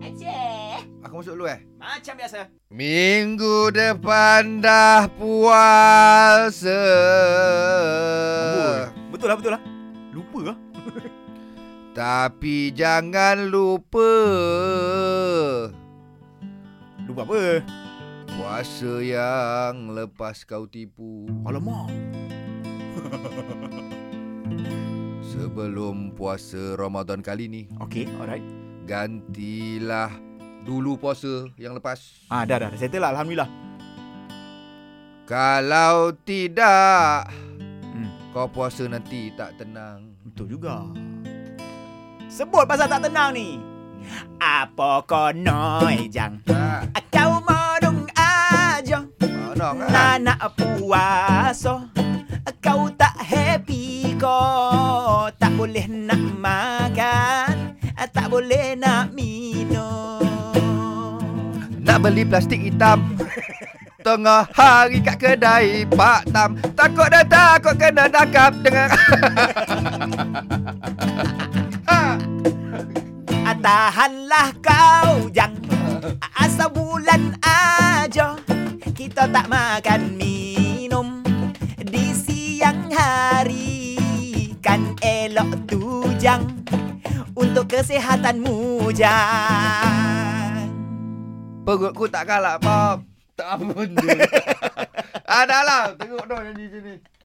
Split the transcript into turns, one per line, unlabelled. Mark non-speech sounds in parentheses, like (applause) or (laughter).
Aceh.
Aku masuk dulu eh.
Macam biasa.
Minggu depan dah puasa.
Betul lah, betul lah. Lupa lah.
Tapi jangan lupa
Lupa apa?
puasa yang lepas kau tipu.
Alamak.
Sebelum puasa Ramadan kali ni,
Okay, alright.
gantilah dulu puasa yang lepas.
Ah, dah, dah. dah Settle lah, Alhamdulillah.
Kalau tidak,
Hmm,
kau puasa nanti tak tenang.
betul juga. Sebut pasal tak tenang ni. Apa kau noi jang?
Tak,
Kau merung aja.
mau nak kan?
Tak nak puasa Kau tak happy kau Tak boleh nak makan Tak boleh nak minum
Nak beli plastik hitam Tengah hari kat kedai Pak Tam Takut dah takut kena tangkap Dengan (laughs) Ha,
Tahanlah kau jang Asal bulan aja Kita tak makan minum Di siang hari Kan elok tu jang Untuk kesehatanmu jang
Perutku (laughs) Ah, lah. tak kalah Pak Tak apa benda Adalah Tengok dong nyanyi sini